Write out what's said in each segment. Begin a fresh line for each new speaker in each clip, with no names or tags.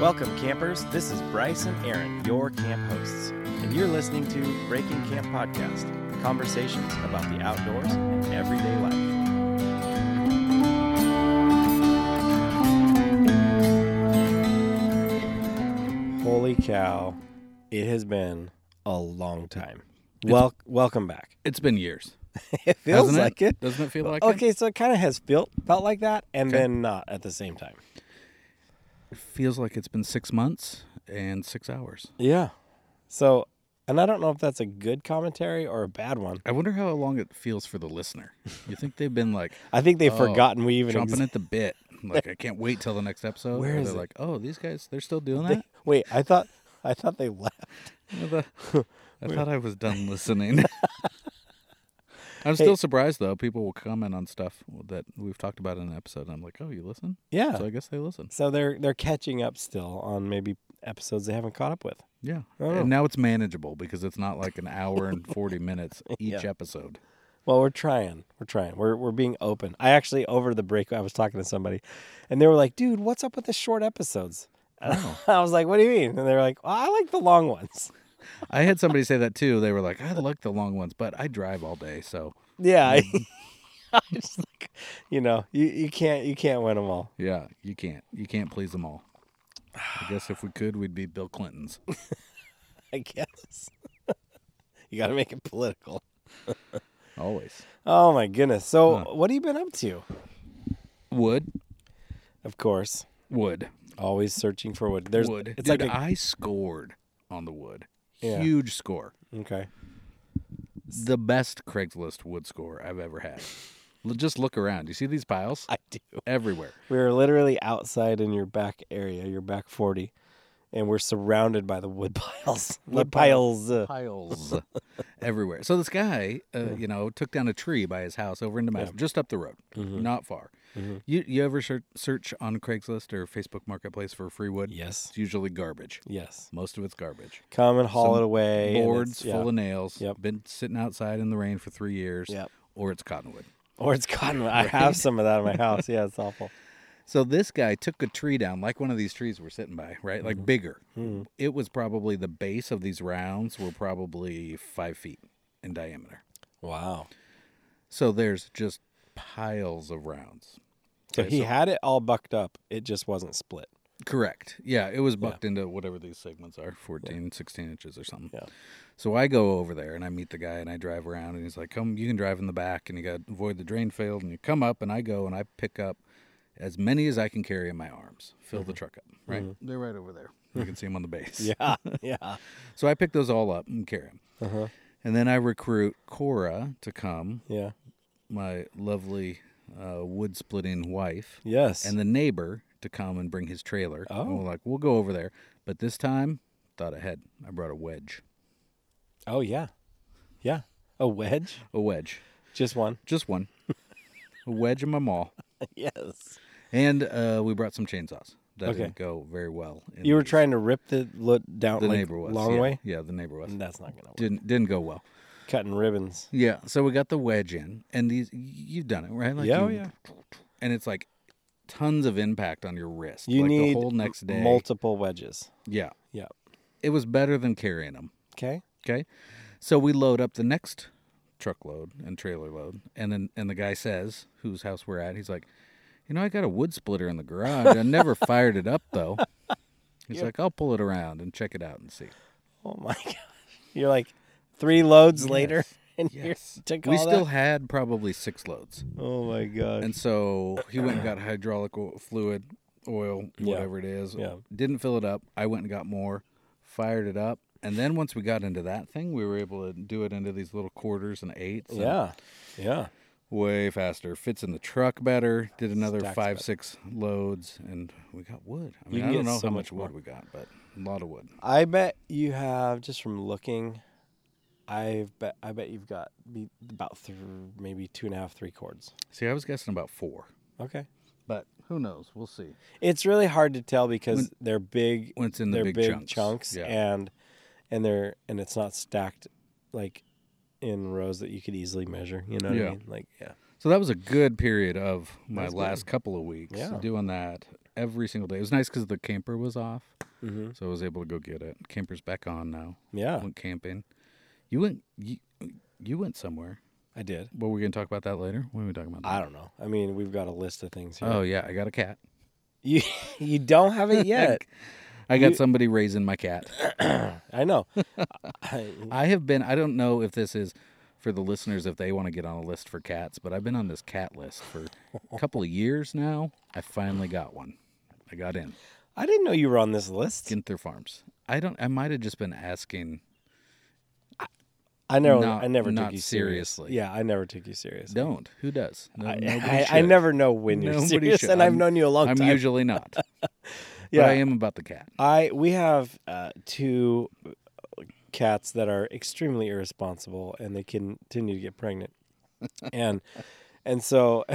Welcome, campers. This is Bryce and Aaron, your camp hosts, and you're listening to Breaking Camp Podcast conversations about the outdoors and everyday life. Holy cow, it has been a long time. Well, welcome back.
It's been years.
It feels
hasn't it?
like it.
Doesn't it feel like it?
Okay, so it kind of has felt felt like that, and then not at the same time.
It feels like it's been six months and six hours.
Yeah. So, and I don't know if that's a good commentary or a bad one.
I wonder how long it feels for the listener. You think they've been like
I think they've
Oh,
forgotten we even
jumping
exist.
at the bit? Like I can't wait till the next episode.
Where
Or
is
they're
it?
like, oh, these guys, they're still doing that.
Wait, I thought I thought they left.
You know, the- I thought I was done listening. I'm still surprised though. People will comment on stuff that we've talked about in an episode. And I'm like, oh, you listen?
Yeah.
So I guess they listen.
So they're they're catching up still on maybe episodes they haven't caught up with.
Yeah.
Oh.
And now it's manageable because it's not like an hour and 40 minutes each
Yeah.
episode.
Well, we're trying. We're trying. We're we're being open. I actually over the break I was talking to somebody and they were like, "Dude, what's up with the short episodes?" And
Oh.
I was like, "What do you mean?" And they were like, well, "I like the long ones."
I had somebody say that too. They were like, I like the long ones, but I drive all day, so
Yeah. I,
Mm.
I just like, you know, you, you can't you can't win them all.
yeah, you can't. You can't please them all. I guess if we could, we'd be Bill Clinton's.
I guess. you got to make it political.
Always.
Oh my goodness. So, what have you been up to?
Wood.
Of course,
Wood.
always searching for wood. There's
wood.
It's
Dude,
like a,
I scored on the wood.
Yeah.
Huge score.
okay.
The best Craigslist wood score I've ever had. L- Just look around. You see these piles?
I do.
Everywhere.
We were literally outside in your back area, your back forty, and we're surrounded by the wood piles. Wood
Wood
piles. uh,
Piles everywhere. So this guy, uh, you know, took down a tree by his house over in Damascus, just up the road,
Mm-hmm.
not far. You you ever search, search on Craigslist or Facebook Marketplace for free wood?
Yes.
It's usually garbage.
Yes.
Most of it's garbage.
Come and haul it away. and
Boards
it's- yeah.
full of nails.
Yep.
Been sitting outside in the rain for three years.
Yep.
Or it's cottonwood.
or it's cotton. I have some of that in my house. Yeah, it's awful.
So this guy took a tree down, like one of these trees we're sitting by, right?
Mm-hmm.
Like bigger.
Hmm.
It was probably the base of these rounds were probably five feet in diameter.
Wow.
So there's just piles of rounds.
So he had it all bucked up. It just wasn't split.
Correct. Yeah, it was bucked into whatever these segments are 14, 16 inches or something.
Yeah.
So I go over there and I meet the guy and I drive around and he's like, come, you can drive in the back and you got to avoid the drain field. And you come up and I go and I pick up as many as I can carry in my arms, fill the truck up, right? They're right over there. You can see them on the base.
Yeah. Yeah.
So I pick those all up and carry them.
Uh-huh.
And then I recruit Cora to come,
Yeah.
my lovely uh, wood splitting wife.
Yes.
and the neighbor to come and bring his trailer.
Oh.
And we're like, we'll go over there. But this time, thought ahead. I brought a wedge.
oh yeah, yeah. A wedge,
A wedge.
just one.
Just one. a wedge in my maul.
yes.
And uh, we brought some chainsaws. That
Okay.
didn't go very well. in
You were
the-
trying to rip the lo- down
the
like,
neighbor was
long
yeah.
way.
Yeah, the neighbor was.
That's not gonna work.
Didn't didn't go well.
Cutting ribbons.
Yeah. So we got the wedge in and these you've done it, right? Like
Yeah, oh,
you-
yeah.
And it's like tons of impact on your wrist.
You
like
need
the whole next day.
multiple wedges.
yeah.
Yeah.
It was better than carrying them.
Okay.
Okay. So we load up the next truckload and trailer load. And then and the guy says, whose house we're at, he's like, You know, I got a wood splitter in the garage. I never fired it up though. He's like, I'll pull it around and check it out and see.
Oh my god. You're like three loads later, and you
Yes.
took
we
all
still
that.
had probably six loads.
Oh my god.
And so he went and got hydraulic o- fluid, oil, whatever it is.
Yeah.
Didn't fill it up. I went and got more, fired it up. And then once we got into that thing, we were able to do it into these little quarters and eights. and
yeah. Yeah.
way faster. Fits in the truck better. Did another
Stacks
five,
better.
six loads, and we got wood. I mean,
can
I
get
don't know
so
how
much
much wood we got, but a lot of wood.
I bet you have just from looking. I bet I bet you've got be- about th- maybe two and a half, three chords.
See, I was guessing about four,
Okay.
but who knows? We'll see.
It's really hard to tell because they're big.
When it's in the
they're
big
chunks,
chunks. Yeah.
and and they're and it's not stacked like in rows that you could easily measure. You know what I
Yeah.
mean? Like yeah,
So that was a good period of my last couple of weeks
Yeah.
doing that, every single day. It was nice because the camper was off, so I was able to go get it. Camper's back on now.
Mm-hmm. Yeah,
Went camping. You went. You, you went somewhere.
I did.
But we're gonna talk about that later. When are we talking about that?
I don't know. I mean, we've got a list of things here.
Oh yeah, I got a cat.
You you don't have it yet.
I got somebody raising my cat.
I know. I,
I have been. I don't know if this is for the listeners if they want to get on a list for cats, but I've been on this cat list for a couple of years now. I finally got one. I got in
I didn't know you were on this list.
Ginther Farms. I don't. I might have just been asking.
I never
Not-
I never
not
took you serious.
seriously.
Yeah, I never took you serious.
Don't. Who does? No,
I,
nobody
I, I
should.
never know when you're
Nobody
serious,
should.
and I've
I'm-
known you a long
I'm
time.
usually not.
Yeah.
But I am about the cat.
I we have uh, two uh, cats that are extremely irresponsible, and they continue to get pregnant, and and so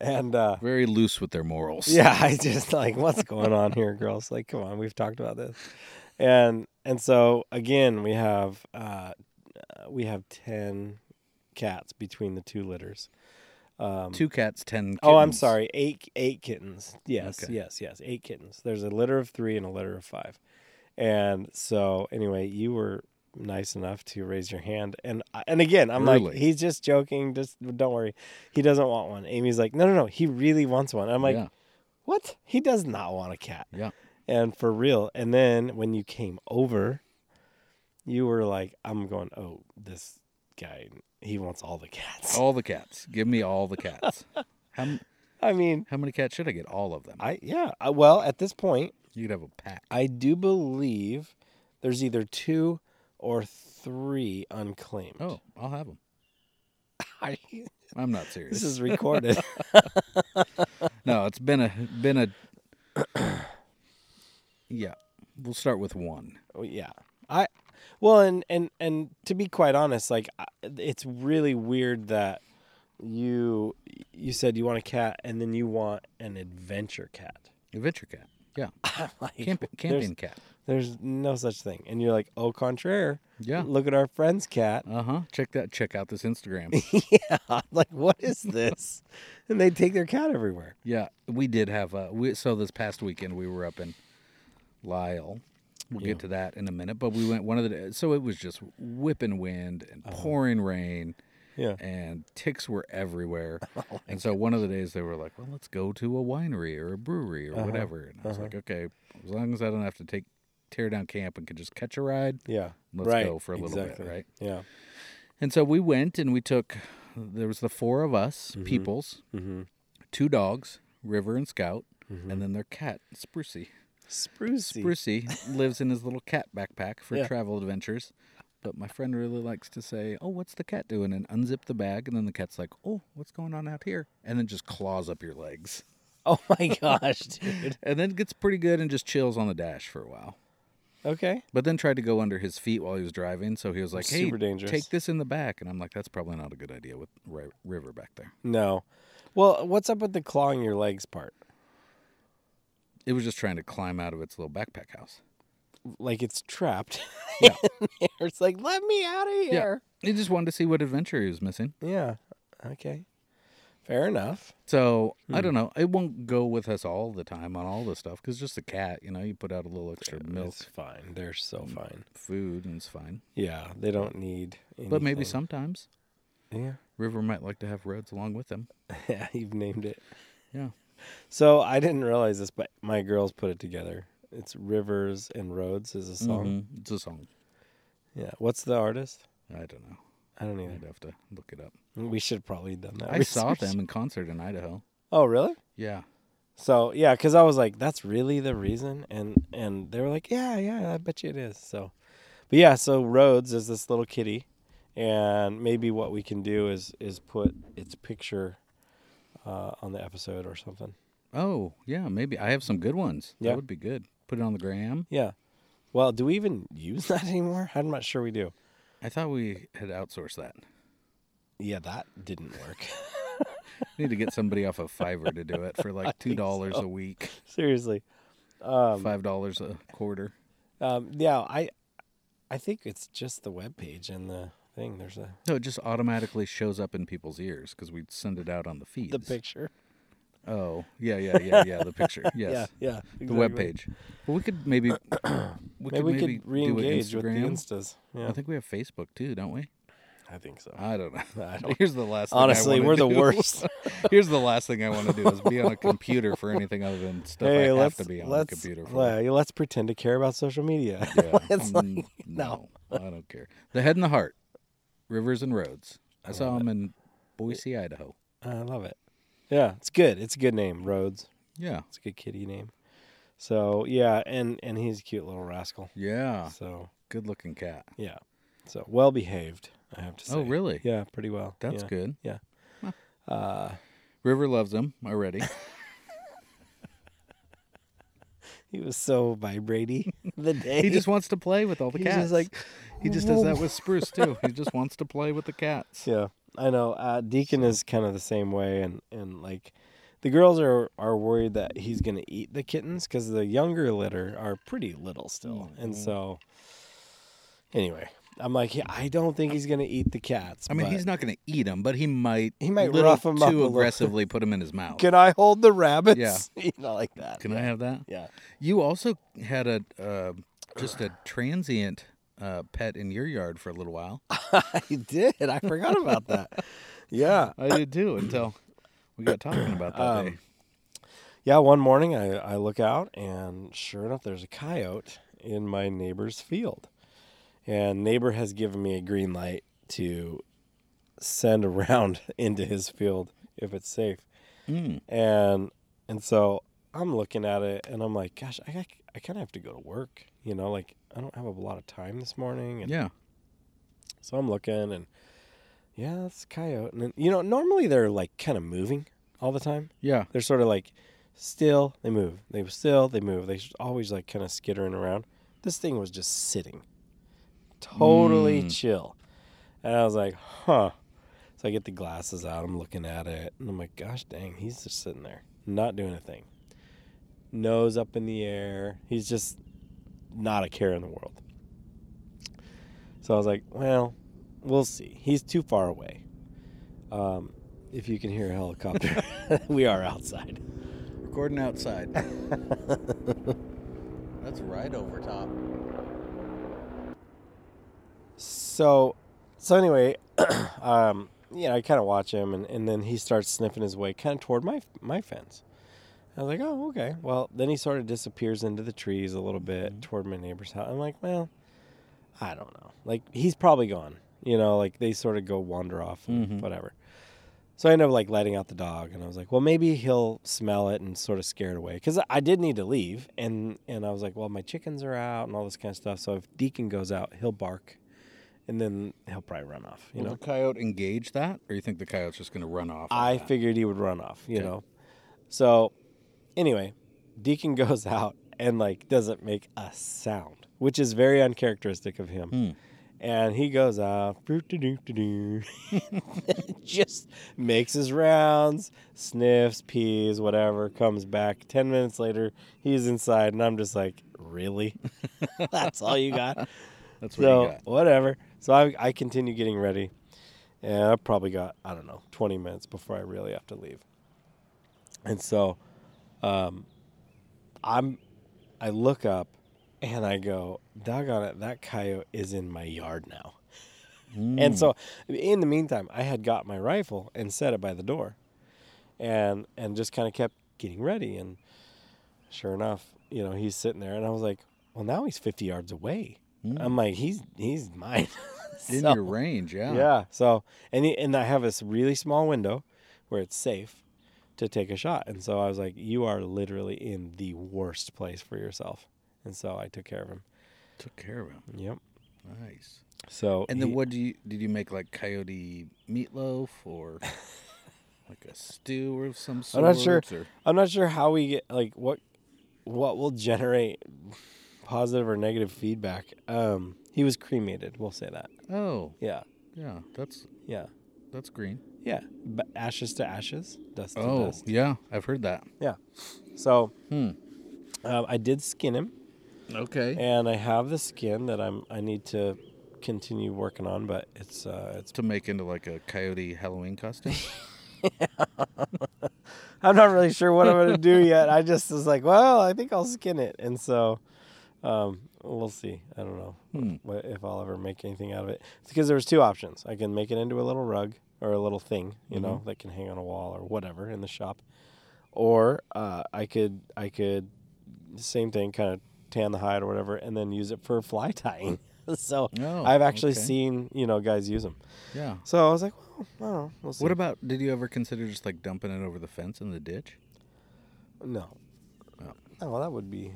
and uh,
Very loose with their morals.
yeah, I just like what's going on here, girls. Like, come on, we've talked about this, and and so again, we have uh, uh, we have ten cats between the two litters. Um,
Two cats, ten. Kittens.
Oh, I'm sorry. Eight eight kittens. Yes,
Okay.
yes, yes. Eight kittens. There's a litter of three and a litter of five. And so, anyway, you were nice enough to raise your hand, and uh, and again, I'm like,
Really?
he's just joking. Just don't worry. He doesn't want one. Amy's like, no, no, no. He really wants one. I'm like,
yeah,
what? He does not want a cat.
yeah.
And for real. And then when you came over, you were like, I'm going. Oh, this guy. He wants all the cats.
All the cats. Give me all the cats. how m-
I mean,
how many cats should I get? All of them.
I yeah. I, well, at this point,
You could have a pack.
I do believe there's either two or three unclaimed.
Oh, I'll have them.
I-
I'm not serious.
this is recorded.
No, it's been a been a. yeah, we'll start with one.
Oh, yeah. I well, and and and to be quite honest, like I- it's really weird that you you said you want a cat and then you want an adventure cat.
Adventure cat. Yeah,
I'm like,
Camp,
there's,
camping cat.
there's no such thing, and you're like, au contraire.
Yeah.
Look at our friend's cat.
Uh huh. Check that. Check out this Instagram.
yeah. I'm like, what is this? and they take their cat everywhere.
yeah, we did have a. We, so this past weekend we were up in Lyle. We'll
Yeah.
get to that in a minute, but we went one of the. da- So it was just whipping wind and
Uh-huh.
pouring rain.
Yeah.
and ticks were everywhere. and so one of the days they were like, "Well, let's go to a winery or a brewery or whatever." And I was like, "Okay, as long as I don't have to take tear down camp and can just catch a ride,
Yeah.
let's
right.
go for a little
exactly.
bit, right?"
Yeah.
And so we went and we took there was the four of us, peoples,
Mm-hmm.
two dogs, River and Scout, and then their cat, Sprucey.
Sprucey.
Sprucey lives in his little cat backpack for
Yeah.
travel adventures. But my friend really likes to say, "Oh, what's the cat doing?" and unzip the bag, and then the cat's like, "Oh, what's going on out here?" and then just claws up your legs,
Oh my gosh, dude.
and then gets pretty good and just chills on the dash for a while.
Okay.
But then tried to go under his feet while he was driving, so he was like, "Hey,
Super dangerous.
take this in the back," and I'm like, "That's probably not a good idea with Ri- River back there."
No. Well, what's up with the clawing your legs part?
It was just trying to climb out of its little backpack house.
Like it's trapped.
Yeah.
in there. It's like, let me out of here.
He just wanted to see what adventure he was missing.
Yeah. Okay. Fair enough.
So I
Hmm.
don't know. It won't go with us all the time on all this stuff because just a cat, you know, you put out a little extra milk, Mm.
It's fine. They're so fine.
food, and it's fine.
Yeah. They don't need anything.
But maybe sometimes
Yeah.
River might like to have roads along with them.
Yeah, you've named it.
Yeah,
So I didn't realize this, but my girls put it together. It's Rivers and Roads is a song.
Mhm. it's a song. Mm-hmm.
Yeah. What's the artist?
I don't know.
I don't even
I'd have to look it up.
We should probably have done that.
I saw
research.
them in concert in Idaho.
Oh, really?
Yeah,
So yeah, because I was like, that's really the reason, and and they were like, yeah, yeah, I bet you it is. So, but yeah, so Rhodes is this little kitty, and maybe what we can do is is put its picture uh, on the episode or something.
Oh yeah, maybe I have some good ones.
Yeah.
That would be good. Put it on the gram.
Yeah. Well, do we even use that anymore? I'm not sure we do.
I thought we had outsourced that.
Yeah, that didn't work.
Need to get somebody off of Fiverr to do it for like two dollars a week,
Seriously.
five dollars a quarter.
Um, yeah, I I think it's just the web page and the thing. There's a
No, it just automatically shows up in people's ears because we send it out on the feeds.
the picture.
Oh, yeah, yeah, yeah, yeah. The picture. Yes.
Yeah, yeah.
The web page. Well, we could maybe. we
Maybe
could
we
maybe
could re-engage
do
with
an
the
Instagram.
instas. Yeah,
I think we have Facebook too, don't we?
I think so.
I don't know.
I don't-
Here's the last. thing I
Honestly,
wanna
we're the
do.
worst.
Here's the last thing I want to do is be on a computer for anything other than stuff I have to be on a
let's,
computer for.
yeah, let's pretend to care about social media.
Yeah.
It's like,
Mm,
no.
I don't care. The Head and the Heart, Rivers and Roads. I saw him in Boise, Idaho.
I love it. Yeah, it's good. It's a good name, Rhodes.
Yeah,
It's a good kitty name. So yeah, and and he's a cute little rascal.
yeah.
So
Good looking cat.
yeah, so well behaved. I have to say.
Oh, really?
Yeah, pretty well.
That's
yeah.
good.
Yeah.
River loves him already.
He was so vibraty the day.
He just wants to play with all the
He's just
cats.
like,
he just does that with Spruce too. He just wants to play with the cats.
Yeah, I know. Uh, Deacon is kind of the same way, and and like the girls are are worried that he's gonna eat the kittens because the younger litter are pretty little still, and
Mm-hmm.
so anyway, I'm like, yeah, I don't think he's gonna eat the cats.
I mean,
but
he's not going to eat them, but he might.
He might
little
rough 'em up a
too
little.
aggressively. Put them in his mouth.
Can I hold the rabbits? you know, like that.
Can I have that?
yeah.
You also had a uh, just a transient uh, pet in your yard for a little while.
I did. I forgot about that. Yeah.
I did too until we got talking about that
Um,
day.
Yeah, one morning I, I look out and sure enough there's a coyote in my neighbor's field. And neighbor has given me a green light to send a round into his field if it's safe.
Mm.
And and so I'm looking at it and I'm like, gosh, I I kind of have to go to work, you know, like I don't have a lot of time this morning and
Yeah.
so I'm looking and yeah, that's a coyote. And then, you know, normally they're like kind of moving all the time.
Yeah.
They're sort of like still, they move. They still, they move. They just always like kind of skittering around. This thing was just sitting, totally chill. And I was like, huh. So I get the glasses out. I'm looking at it, and I'm like, gosh dang, he's just sitting there, not doing a thing. Nose up in the air. He's just not a care in the world. So I was like, well, we'll see. He's too far away. Um, if you can hear a helicopter, we are outside.
Recording outside. That's right over top.
So, so anyway, um, you know, I kind of watch him, and, and then he starts sniffing his way kind of toward my my fence. I was like, oh, okay. Well, then he sort of disappears into the trees a little bit toward my neighbor's house. I'm like, well, I don't know. Like he's probably gone. You know, like they sort of go wander off, and
Mhm.
whatever. So I end up like letting out the dog, and I was like, well, maybe he'll smell it and sort of scare it away because I did need to leave, and and I was like, well, my chickens are out and all this kind of stuff. So if Deacon goes out, he'll bark, and then he'll probably run off. You
Will
know,
the coyote engage that, or you think the coyote's just going to run off?
I
like that?
figured he would run off. You
Okay.
know, so anyway, Deacon goes out and like doesn't make a sound, which is very uncharacteristic of him.
Hmm.
And he goes out, "Doo-doo-doo-doo-doo," just makes his rounds, sniffs, pees, whatever, comes back. 10 minutes later, he's inside, and I'm just like, really? That's all you got?
That's what you
so,
got.
whatever. So I, I continue getting ready, and I probably got, I don't know, 20 minutes before I really have to leave. And so um, I'm, I look up and I go, doggone it, that coyote is in my yard now.
Hmm.
And so, in the meantime, I had got my rifle and set it by the door, and and just kind of kept getting ready. And sure enough, you know, he's sitting there, and I was like, well, now he's fifty yards away. I'm like, he's he's mine.
Hmm. in
So-
your range, yeah.
yeah. So and he- and I have this really small window where it's safe to take a shot. And so I was like, you are literally in the worst place for yourself. And so I took care of him.
Took care of him.
Yep.
Nice.
So
And then
he-
what do you did you make like coyote meatloaf or like a stew or some
I'm
sort?
not sure.
or-
I'm not sure how we get like what what will generate positive or negative feedback. Um, he was cremated. We'll say that.
oh,
Yeah,
yeah. That's
yeah,
that's green.
yeah. But ashes to ashes, dust to
Oh,
dust.
yeah. I've heard that.
Yeah. So
Hmm.
um, I did skin him,
Okay.
and I have the skin that I'm I need to continue working on, but it's uh, it's
to make into like a coyote Halloween costume.
I'm not really sure what I'm gonna do yet. I just was like, well, I think I'll skin it, and so um, we'll see. I don't know
Hmm.
what, if I'll ever make anything out of it because there was two options. I can make it into a little rug or a little thing, you know,
Mm-hmm.
that can hang on a wall or whatever in the shop, or uh, I could I could same thing, kind of tan the hide or whatever, and then use it for fly tying. so
Oh,
I've actually
okay.
seen you know guys use them.
Yeah.
So I was like, well, I don't know. We'll see.
What about? Did you ever consider just like dumping it over the fence in the ditch?
No.
No.
No, well, that would be.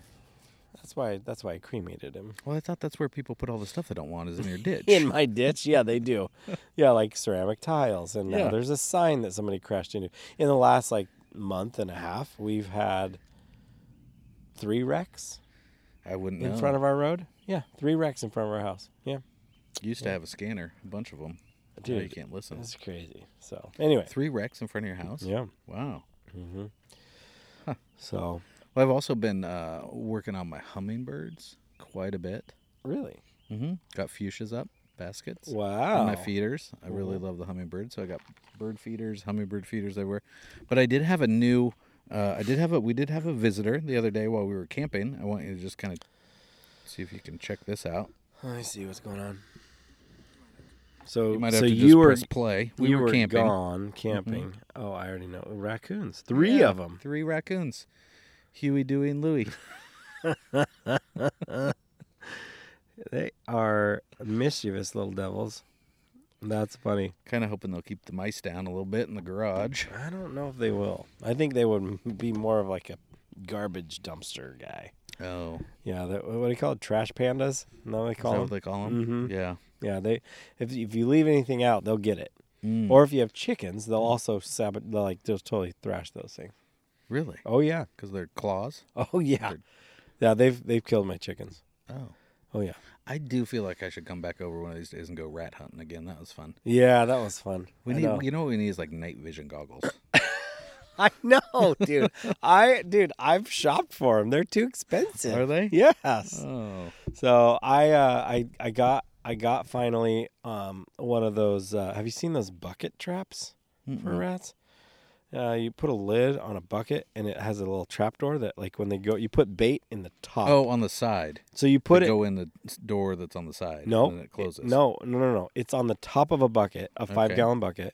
That's why. That's why I cremated him.
Well, I thought that's where people put all the stuff they don't want is in your ditch.
In my ditch, yeah, they do. Yeah, like ceramic tiles, and now
Yeah.
there's a sign that somebody crashed into. In the last like month and a half, we've had three wrecks
I wouldn't
in
know.
front of our road. Yeah, three wrecks in front of our house. Yeah,
Used to have a scanner, a bunch of them. Now you
Dude,
can't listen.
that's crazy. So anyway,
Three wrecks in front of your house.
yeah.
Wow.
So
Well, I've also been uh, working on my hummingbirds quite a bit.
really,
Mm-hmm. Got fuchsias up, baskets.
wow.
and my feeders. I really love the hummingbird, so I got bird feeders, hummingbird feeders everywhere. But I did have a new. Uh, I did have a. We did have a visitor the other day while we were camping. I want you to just kind of see if you can check this out.
Let me see what's going on. So
You might have
so
to
you
just
were
press play. We
you
were, camping. Mm-hmm.
gone camping. Oh, I already know raccoons. Three
Yeah,
of them.
Three raccoons. Huey, Dewey, and Louie.
They are mischievous little devils. That's funny.
kind of hoping they'll keep the mice down a little bit in the garage.
I don't know if they will. I think they would be more of like a garbage dumpster guy.
Oh,
Yeah, that, what do you call it? Trash pandas? No, they
is that
call
what
them.
they call them?
Mhm.
Yeah.
Yeah, they. If if you leave anything out, they'll get it.
Mm.
Or if you have chickens, they'll also sabotage. They'll like just totally thrash those things.
Really?
Oh yeah.
Because they're claws.
Oh yeah. Yeah, they've they've killed my chickens.
Oh.
Oh yeah.
I do feel like I should come back over one of these days and go rat hunting again. That was fun.
Yeah, that was fun.
We
I
need,
know.
you know, what we need is like night vision goggles.
I know, dude. I dude, I've shopped for them. They're too expensive.
Are they?
Yes.
oh,
So I uh, I I got I got finally um one of those. Uh, have you seen those bucket traps for rats? Uh, you put a lid on a bucket and it has a little trap door that like when they go you put bait in the top.
oh, on the side.
So you put
They
it
go in the s- door that's on the side.
No.
and then it closes.
No, no, no, no. It's on the top of a bucket, a five
Okay.
gallon bucket,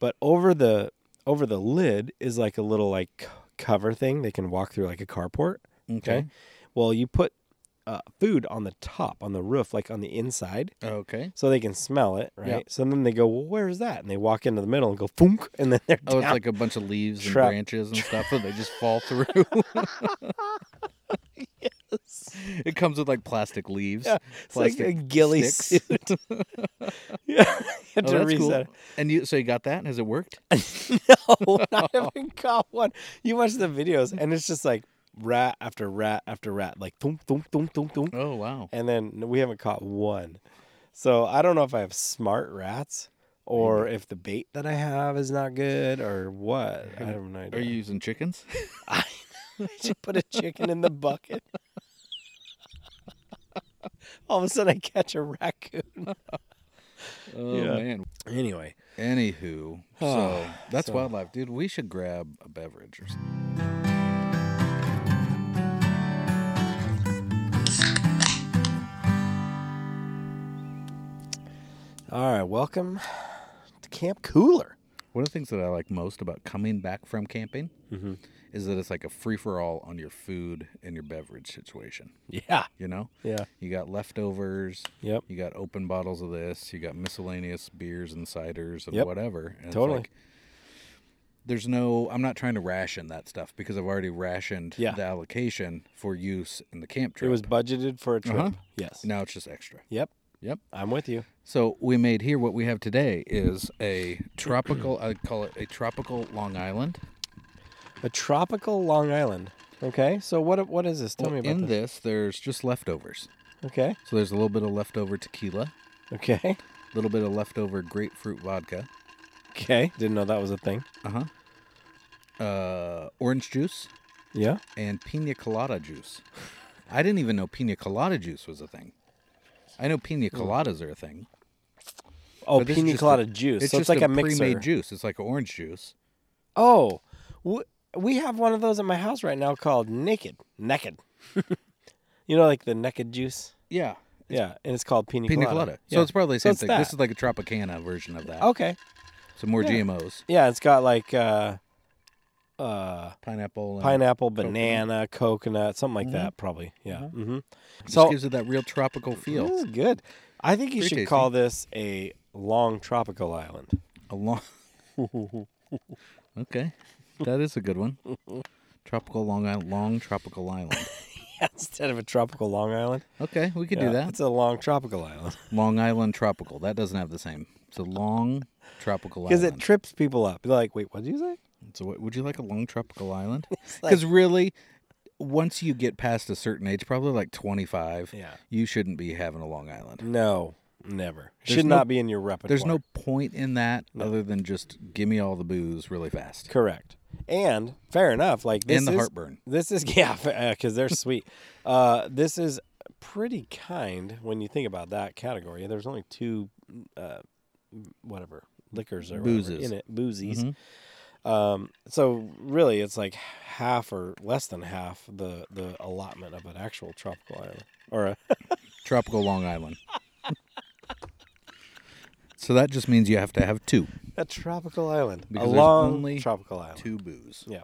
but over the over the lid is like a little like c- cover thing they can walk through like a carport.
Okay.
Well, you put uh, food on the top on the roof, like on the inside,
Okay.
so they can smell it, right?
Uh. Yep.
So then they go, well, where's that? And they walk into the middle and go, funk, and then they're
Oh,
down.
it's like a bunch of leaves
Trap-
and branches and stuff that they just fall through. yes. It comes with like plastic leaves.
It's like a
plastic
ghillie
sticks.
suit. yeah, You have to
Oh, that's cool.
reset it.
And you, so you got that? Has it worked?
no, I haven't got one. You watch the videos, and it's just like rat after rat after rat, like thump thump thump thump thump,
Oh wow.
and then we haven't caught one. So I don't know if I have smart rats or if the bait that I have is not good or what. I have no idea.
Are you using chickens?
I should put a chicken in the bucket. All of a sudden, I catch a raccoon.
Oh
Yeah.
man.
Anyway,
Anywho, so
Ah,
that's
so-
wildlife, dude. We should grab a beverage or something.
all right, welcome to Camp Cooler.
One of the things that I like most about coming back from camping
Mhm.
is that it's like a free for all on your food and your beverage situation.
Yeah,
You know,
yeah,
you got leftovers,
yep.
you got open bottles of this, you got miscellaneous beers and ciders and
Yep.
whatever. And it's
Totally.
like, there's no, I'm not trying to ration that stuff because I've already rationed
Yeah.
the allocation for use in the camp trip.
It was budgeted for a trip.
Uh-huh.
Yes.
now it's just extra.
Yep.
Yep.
I'm with you.
So we made here what we have today is a tropical. I call it a tropical Long Island.
A tropical Long Island. Okay. So what what is this? Tell me
Well,
about
in
this.
this, there's just leftovers.
Okay.
So there's a little bit of leftover tequila,
Okay.
a little bit of leftover grapefruit vodka,
Okay. Didn't know that was a thing.
uh-huh. uh orange juice,
Yeah.
and pina colada juice. I didn't even know pina colada juice was a thing. I know pina coladas are a thing.
Hmm. Oh,
but this is
pina
just
colada
a-
juice.
It's
so
just
it's like a, mixer.
pre-made juice. It's like orange juice.
Oh. Wh- we have one of those at my house right now called Naked. Naked. you know, like the naked juice.
Yeah.
Yeah, and it's called pina,
Pina
colada.
colada.
Yeah.
So it's probably the
So
same
it's
thing.
that.
This is like a Tropicana version of that.
okay.
So more
yeah.
GMOs.
Yeah, it's got like uh, uh,
Pineapple. And
pineapple, banana, coconut, something like that, probably. Yeah. Mm-hmm.
It just
So Mm.
gives it that real tropical feel.
this is good. I think you
Pretty
should call this a long tropical island.
A long. okay, that is a good one. Tropical Long Island, long tropical island.
Instead of a tropical Long Island,
Okay, we could
Yeah,
do that.
It's a long tropical island
Long Island tropical. That doesn't have the same. It's a long tropical
because
island.
it trips people up. They're like, "Wait, what did you say?"
so, what, would you like a long tropical island?
like-
Because really, once you get past a certain age, probably like twenty five,
Yeah.
you shouldn't be having a Long Island.
No, never.
There's
Should
no-
not be in your repertoire.
There's no point in that other than just give me all the booze really fast.
correct. And fair enough. Like this
And the
is,
heartburn.
This is yeah, because they're sweet. Uh, this is pretty kind when you think about that category. There's only two, uh, whatever liquors or whatever
Boozes. Mm-hmm.
in it, boozies. Um, so really, it's like half or less than half the the allotment of an actual tropical island or a
Tropical Long Island. so that just means you have to have two.
A tropical island.
Because
a
there's
long
only
tropical island.
Two booze.
Yeah.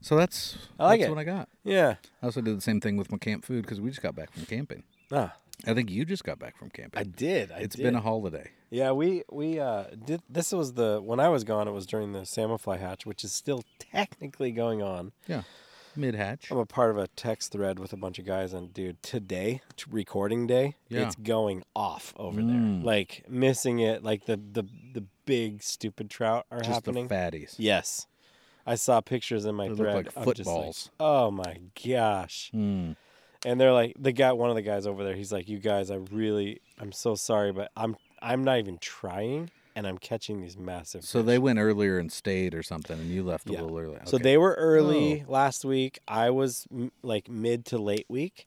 So that's
I like
that's
it.
what I got.
Yeah.
I also did the same thing with my camp food because we just got back from camping.
Ah,
I think you just got back from
I
camping.
did. I
It's
did.
been a holiday.
yeah, we we uh did this was the when I was gone it was during the salmon fly hatch, which is still technically going on.
Yeah. Mid hatch.
I'm a part of a text thread with a bunch of guys and dude, today, t- recording day,
Yeah. Mm.
it's going off over there. Like missing it, like the the the big stupid trout are
Just
happening.
the fatties.
yes. I saw pictures in my
They look
thread
like
of just
footballs.
oh my gosh.
Mm.
and they're like the guy one of the guys over there he's like you guys i really i'm so sorry but i'm i'm not even trying and i'm catching these massive
So
fish."
they went earlier and stayed or something, and you left a little early.
so
Okay. Oh.
they were early last week i was m- like mid to late week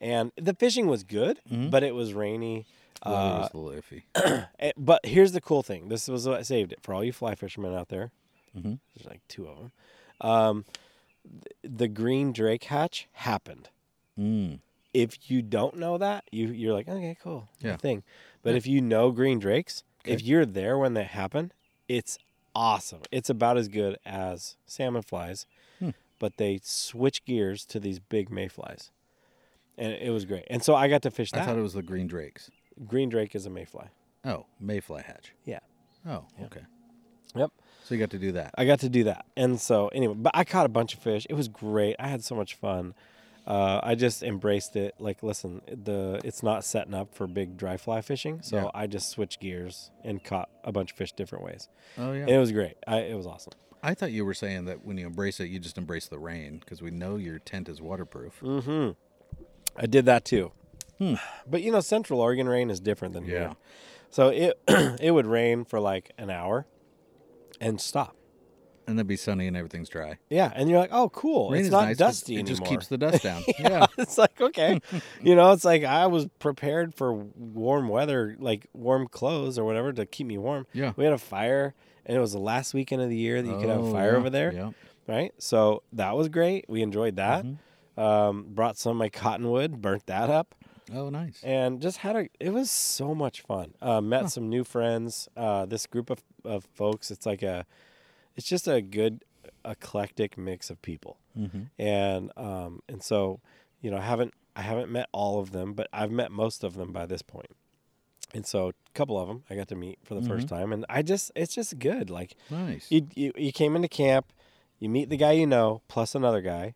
and the fishing was good but it was rainy
Well, it
uh,
Mm-hmm. was a little iffy.
eh, but here's the cool thing this was what saved it for all you fly fishermen out there
Mhm.
there's like two of them um, th- the green drake hatch happened
Mm.
if you don't know that, you you're like, okay, cool, yeah,
Yeah.
thing. But if you know green drakes, if you're there when they happen, it's awesome. It's about as good as salmon flies,
Hmm.
but they switch gears to these big mayflies, and it was great. And so I got to fish
I
that.
thought it was the green drakes.
green drake is a mayfly.
Oh, mayfly hatch.
Yeah.
Oh, okay.
Yep.
So you got to do that.
I got to do that. And so anyway, but I caught a bunch of fish. It was great. I had so much fun. Uh, I just embraced it. Like, listen, the it's not setting up for big dry fly fishing, so
Yeah.
I just switched gears and caught a bunch of fish different ways.
Oh yeah.
Uh, And it was great. I, it was awesome.
I thought you were saying that when you embrace it, you just embrace the rain because we know your tent is waterproof.
Mm. I did that too. But you know, Central Oregon rain is different than
Hmm. Yeah.
here. So it it would rain for like an hour, and stop.
And it'd be sunny and everything's dry.
Yeah, and you're like, oh, cool.
Rain
it's
is
not
nice 'cause
dusty
It
anymore.
just keeps the dust down. yeah.
it's like okay you know it's like i was prepared for warm weather like warm clothes or whatever to keep me warm
Yeah.
we had a fire and it was the last weekend of the year that you could have a
Oh,
fire
yeah,
over there
yeah.
right so that was great we enjoyed that
Mm-hmm.
um, brought some of my cottonwood burnt that up
Oh, nice.
and just had a it was so much fun uh, met some new friends uh, this group of, of folks it's like a it's just a good eclectic mix of people and um, and so you know I haven't I haven't met all of them but I've met most of them by this point and so a couple of them I got to meet for the first time and I just it's just good like
Nice.
you, you you came into camp you meet the guy you know plus another guy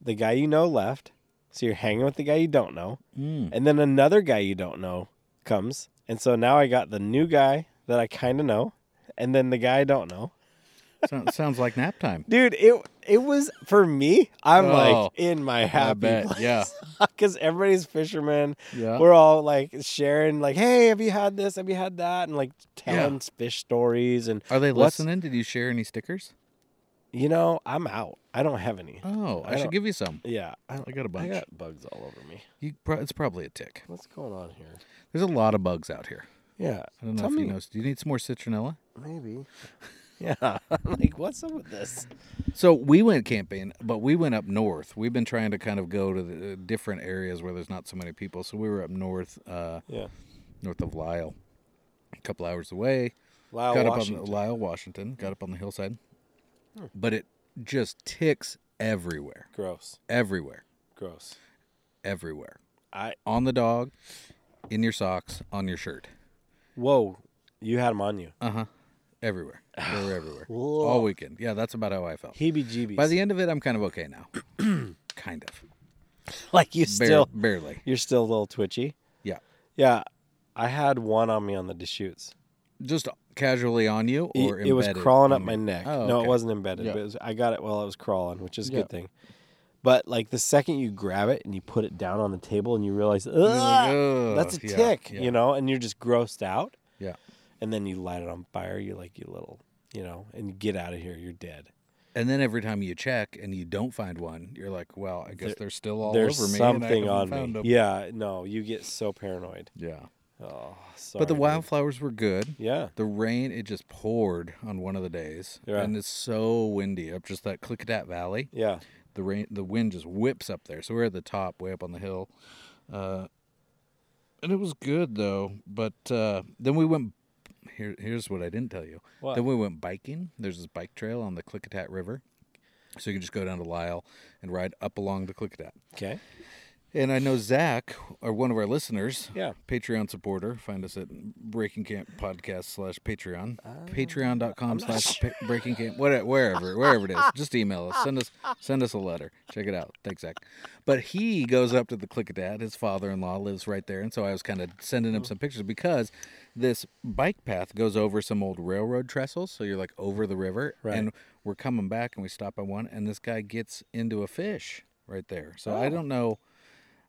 the guy you know left so you're hanging with the guy you don't know
Mm.
and then another guy you don't know comes. And so now I got the new guy that I kind of know, and then the guy I don't know.
So- sounds like nap time.
Dude, it it was for me. I'm like
Oh,
in my happy
bet,
place.
yeah.
Cuz everybody's fishermen.
Yeah.
We're all like sharing like, "Hey, have you had this? Have you had that?" and like telling fish stories and
Are they
what's-
listening? Did you share any stickers?
You know, I'm out. I don't have any.
Oh, I,
I don't-
should give you some.
yeah. I, don't,
I got a bunch.
got bugs all over me.
You pro- it's probably a tick.
What's going on here?
There's a lot of bugs out here.
Yeah.
I don't know
Tell
if
me.
you know. Do you need some more citronella?
Maybe. Yeah. I'm like, what's up with this?
So we went camping, but we went up north. We've been trying to kind of go to the uh, different areas where there's not so many people. So we were up north, uh,
Yeah.
north of Lyle, a couple hours away.
Lyle,
got up on
Washington.
the, Lyle, Washington. Got up on the hillside, but it just ticks everywhere,
Gross.
everywhere,
Gross.
everywhere.
I
On the dog, in your socks, on your shirt,
whoa, you had him on you.
everywhere. They were everywhere all weekend. Yeah, that's about how I felt.
Heebie jeebies.
By the end of it, I'm kind of okay now. kind of.
like you
Bare-
still
barely.
you're still a little twitchy.
Yeah.
Yeah. I had one on me on the Deschutes.
Just casually on you
It-
or
it was
embedded
crawling up
on
my
you?
neck.
Oh,
No, it
okay.
wasn't embedded,
Yeah.
but it was, I got it while it was crawling, which is a
Yeah.
good thing. But like the second you grab it and you put it down on the table and you realize,
like,
"Ugh, that's a
"Ugh," yeah,
tick,
yeah.
you know, and you're just grossed out.
Yeah.
And then you light it on fire. You like you little, you know, and you get out of here. You're dead.
And then every time you check and you don't find one, you're like, well, I guess they're still all
There's
over me. and I
something
haven't
on me.
found 'em."
Yeah. No, you get so paranoid.
Yeah.
Oh, sorry.
But the
dude.
wildflowers were good.
Yeah.
The rain, it just poured on one of the days.
Yeah.
And it's so windy up just that Klickitat Valley.
Yeah.
The rain, the wind just whips up there. So we're at the top, way up on the hill. Uh, and it was good though. But uh, then we went. Here, here's what I didn't tell you.
What?
Then we went biking. There's this bike trail on the Klickitat River. So you can just go down to Lyle and ride up along the Klickitat.
Okay.
And I know Zach, or one of our listeners,
Yeah.
Patreon supporter. Find us at Breaking Camp Podcast slash Patreon.
Ah.
Patreon.com slash pa- Breaking Camp. What, wherever, wherever it is. Just email us. Send us send us a letter. Check it out. Thanks, Zach. But he goes up to the Clickadat. His father in law lives right there. And so I was kind of sending
Oh.
him some pictures because this bike path goes over some old railroad trestles. So you're like over the river.
Right.
And we're coming back and we stop at one. And this guy gets into a fish right there. So
Oh.
I don't know.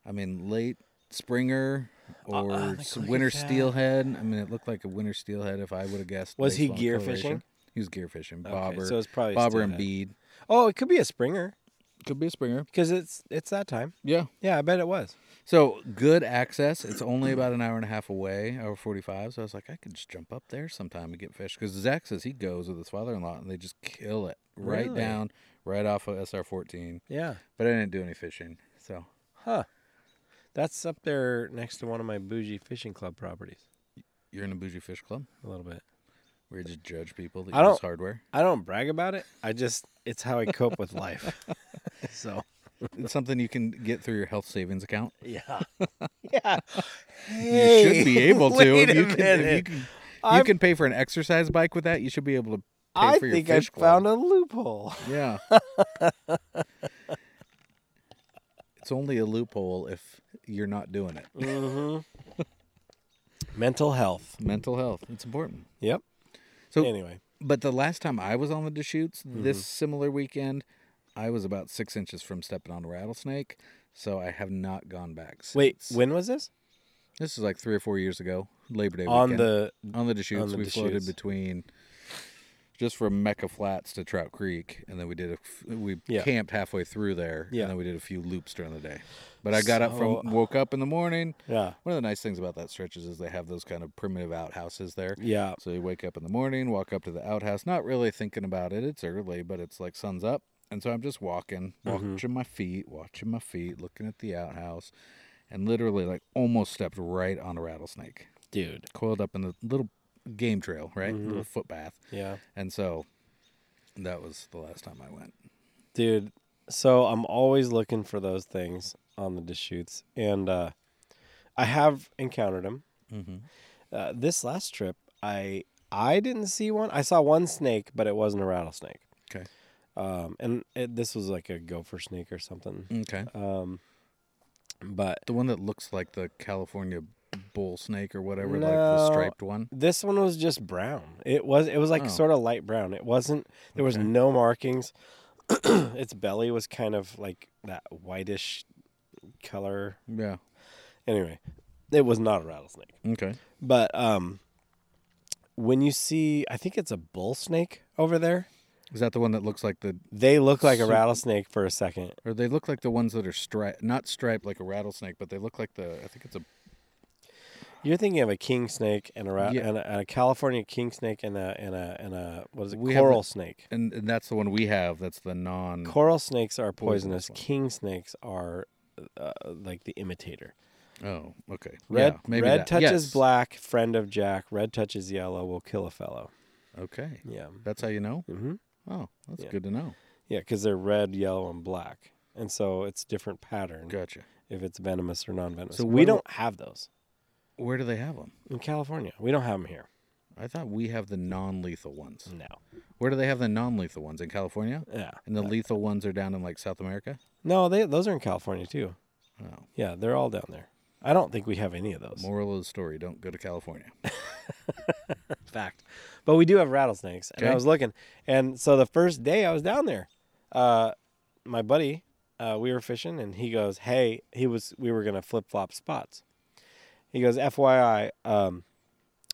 I mean, late Springer
Uh,
or s- winter steelhead. I mean, it looked like a winter steelhead if I would have guessed.
Was he
based on
gear
coloration.
fishing?
He was gear fishing. Bobber.
so it's probably
bobber and
steelhead.
bead.
Oh, it could be a Springer
Could be a Springer.
because it's it's that time.
Yeah.
Yeah, I bet it was.
So good access. It's only about an hour and a half away, hour forty-five. So I was like, I could just jump up there sometime and get fish. Because Zach says he goes with his father-in-law and they just kill it right
Really?
down, right off of SR fourteen.
Yeah.
But I didn't do any fishing. So
Huh. That's up there next to one of my bougie fishing club properties.
you're in a bougie fish club
A little bit.
where you just judge people that
I
use
don't-
hardware.
I don't brag about it. I just it's how I cope with life. so
It's something you can get through your health savings account.
yeah, yeah.
you should be able to.
wait
If you,
a
can, if you
minute.
can, you
I'm-
can pay for an exercise bike with that. You should be able to pay
I
for your
think I
fish
found a loophole.
a yeah. it's only a loophole if you're not doing it.
Mm-hmm. Mental health.
Mental health, it's important.
Yep.
So,
Anyway,
but the last time I was on the Deschutes
Mm-hmm.
this similar weekend, I was about six inches from stepping on a rattlesnake. So I have not gone back. Since.
wait. When was this?
this is like three or four years ago, Labor Day
On
weekend.
the
on the Deschutes,
the
we floated
Deschutes.
between just from Mecca Flats to Trout Creek, and then we did a f- we
Yeah.
camped halfway through there,
Yeah.
and then we did a few loops during the day. But I got up from woke up in the morning.
yeah
One of the nice things about that stretches is they have those kind of primitive outhouses there.
yeah
So you wake up in the morning, walk up to the outhouse, not really thinking about it. It's early, but it's like sun's up. And so I'm just walking,
Mm-hmm.
watching my feet, watching my feet, looking at the outhouse, and literally like almost stepped right on a rattlesnake
dude
coiled up in the little game trail, right?
Mm-hmm.
Little foot bath.
yeah
And so that was the last time I went.
dude. So I'm always looking for those things on the Deschutes, and uh, I have encountered them. Uh, this last trip, I I didn't see one. I saw one snake, but it wasn't a rattlesnake.
Okay.
Um, and it, this was like a gopher snake or something.
Okay.
But
Uh, the one that looks like the California bull snake or whatever, like
No.
the striped one.
this one was just brown. It was it was like
Oh.
sort of light brown. It wasn't. There was
Okay.
no markings. its belly was kind of like that whitish color.
Yeah.
Anyway, it was not a rattlesnake.
Okay.
But um, when you see, I think it's a bull snake over there.
Is that the one that looks like the,
They look like a
So-
rattlesnake for a second.
or they look like the ones that are striped, not striped like a rattlesnake, but they look like the, I think it's a,
You're thinking of a king snake and a, ra-
Yeah.
and a, and a California king snake and a and a and a what is it?
We have
coral
a-
snake.
And, and that's the one we have. That's the non.
Coral snakes are poisonous.
Poisonous one.
King snakes are uh, like the imitator.
oh, okay.
Red
Yeah, maybe
red
that.
touches
Yes.
black, friend of Jack. Red touches yellow, will kill a fellow.
Okay.
Yeah.
That's how you know?
hmm
Oh, that's
Yeah.
good to know.
Yeah, because they're red, yellow, and black, and so it's different pattern
Gotcha.
if it's venomous or non-venomous.
So
we
what-
don't have those
Where do they have them?
in California. We don't have them here.
I thought we have the non lethal ones.
No.
Where do they have the non lethal ones? In California?
Yeah.
And the lethal ones are down in like South America?
No, they those are in California too.
Oh.
Yeah, they're all down there. I don't think we have any of those.
Moral of the story don't go to California.
fact. But we do have rattlesnakes, and I
Okay.
was looking, and so the first day I was down there, uh, my buddy, uh, we were fishing, and he goes, "Hey, he was. We were gonna flip flop spots." He goes, "FYI, um,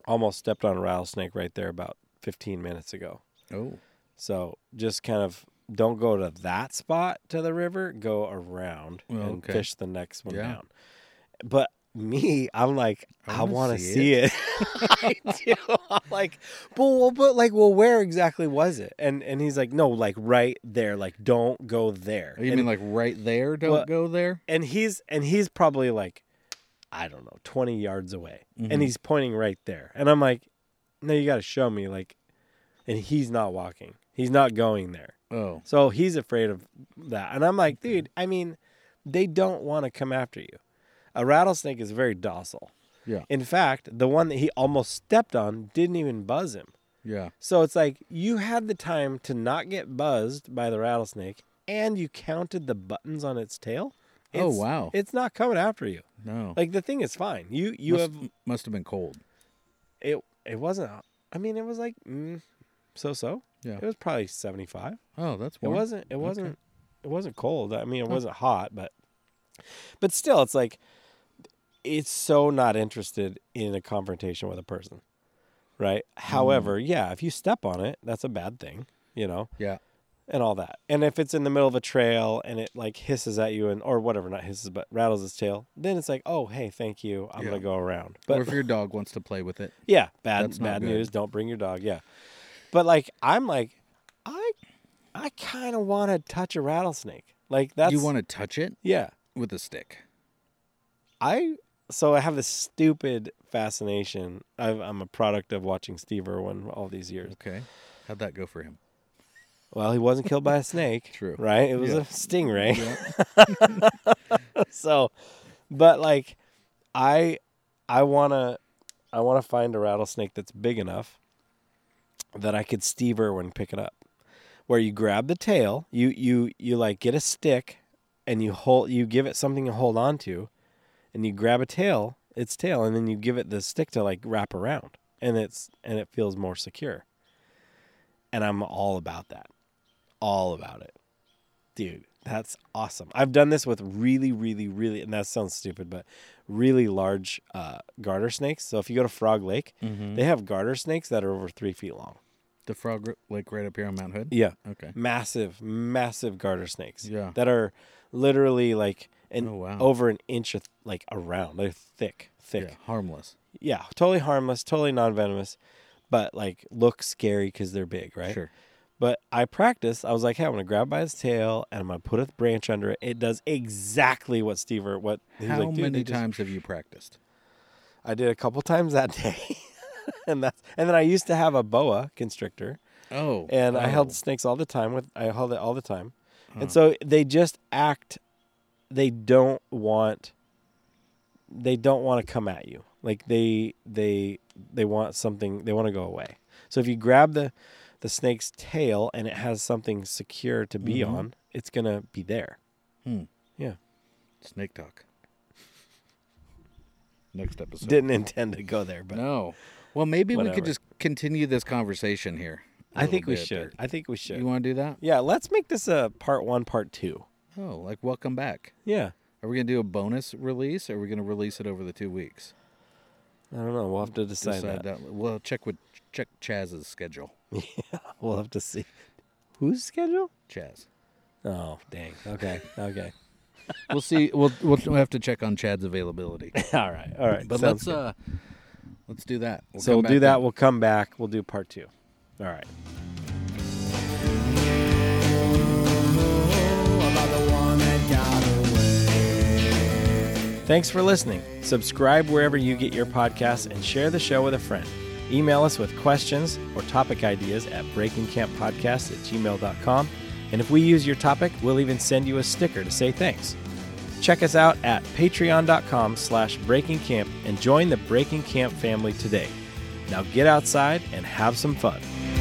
almost stepped on a rattlesnake right there about 15 minutes ago.
Oh.
So just kind of don't go to that spot to the river. Go around
Well,
and
okay.
fish the next one
Yeah.
down." But me, I'm like, I,
I wanna
want to
see
see it. I do. I'm like, but well, but like, well, where exactly was it? And and he's like, no, like right there. Like, don't go there.
Oh, You
and,
mean like right there? Don't
Well-
go there?
and he's and he's probably like, I don't know, 20 yards away,
Mhm.
and he's pointing right there. And I'm like, no, you got to show me. Like, and he's not walking. He's not going there.
Oh.
So he's afraid of that. And I'm like, dude, I mean, they don't want to come after you. A rattlesnake is very docile.
Yeah.
In fact, the one that he almost stepped on didn't even buzz him.
Yeah.
So it's like you had the time to not get buzzed by the rattlesnake and you counted the buttons on its tail.
Oh,
It's-
wow.
It's not coming after you.
No.
Like the thing is fine. You you
must,
have
must have been cold.
it it wasn't I mean it was like mm, so so.
Yeah.
It was probably 75.
Oh, that's
It
warm.
wasn't. It wasn't. It wasn't cold. I
Oh.
mean, it wasn't hot, but but still, it's like it's so not interested in a confrontation with a person, right? However,
Mm.
yeah, if you step on it, that's a bad thing, you know,
Yeah.
and all that. And if it's in the middle of a trail and it like hisses at you and or whatever, not hisses but rattles its tail, then it's like, oh hey, thank you, I'm
Yeah.
gonna go around.
or
But
if your dog wants to play with it.
yeah, bad
That's not
bad
good.
news. Don't bring your dog. Yeah, but like I'm like I I kind of want to touch a rattlesnake. Like that's
you want to touch it
yeah.
with a stick.
I so I have this stupid fascination. I've, I'm a product of watching Steve Irwin all these years.
Okay. How'd that go for him?
Well, he wasn't killed by a snake.
True.
Right? It was
Yeah.
a stingray.
Yeah.
so, but like, I I wanna I wanna find a rattlesnake that's big enough that I could Steve Irwin pick it up. Where you grab the tail, you you you like get a stick, and you hold you give it something to hold on to, and you grab a tail, its tail, and then you give it the stick to like wrap around, and it's and it feels more secure. And I'm all about that, all about it dude that's awesome i've done this with really really really and that sounds stupid but really large uh, garter snakes so if you go to frog lake
Mhm.
they have garter snakes that are over three feet long
The frog r- lake right up here on Mount Hood?
yeah
Okay.
massive massive garter snakes
Yeah.
that are literally like an,
Oh, wow.
over an inch of, like around they're thick thick
Yeah. Harmless.
yeah, totally harmless totally non-venomous but like look scary because they're big right
Sure.
But I practiced. I was like, "Hey, I'm gonna grab by his tail and I'm gonna put a branch under it." It does exactly what Steve or what he's
How
like. "Dude,
many
they just-"
times have you practiced?
I did a couple times that day, and that's and then I used to have a boa constrictor,
Oh.
and I
oh. Hmm.
held snakes all the time. With I held it all the time, and so they just act. They don't want. They don't want to come at you. Like they they they want something. They want to go away. So if you grab the the snake's tail and it has something secure to be
Mhm.
on, it's gonna be there.
Hmm.
Yeah,
Snake talk. Next episode.
didn't intend to go there, but
no. Well, maybe we
Whatever.
could just continue this conversation here. a
I
little
think we
bit.
should. I think we should.
You want to do that?
yeah, let's make this a part one, part two.
Oh, like welcome back.
Yeah,
Are we gonna do a bonus release? Or are we gonna release it over the two weeks?
I don't know. We'll have to decide, that.
Well, check with check Chaz's schedule.
We'll have to see. Whose schedule?
Chaz.
Oh, dang. Okay. Okay.
We'll see. We'll, we'll we'll have to check on Chad's availability.
all right, all right.
But
sounds
let's
good.
uh, let's do that. We'll
so
come
we'll
back
do that.
then.
We'll come back. We'll do part two. All right. Thanks for listening. Subscribe wherever you get your podcasts and share the show with a friend. Email us with questions or topic ideas at breakingcamppodcast at gmail.com. And if we use your topic, we'll even send you a sticker to say thanks. Check us out at patreon.com slash breaking camp and join the Breaking Camp family today. Now get outside and have some fun.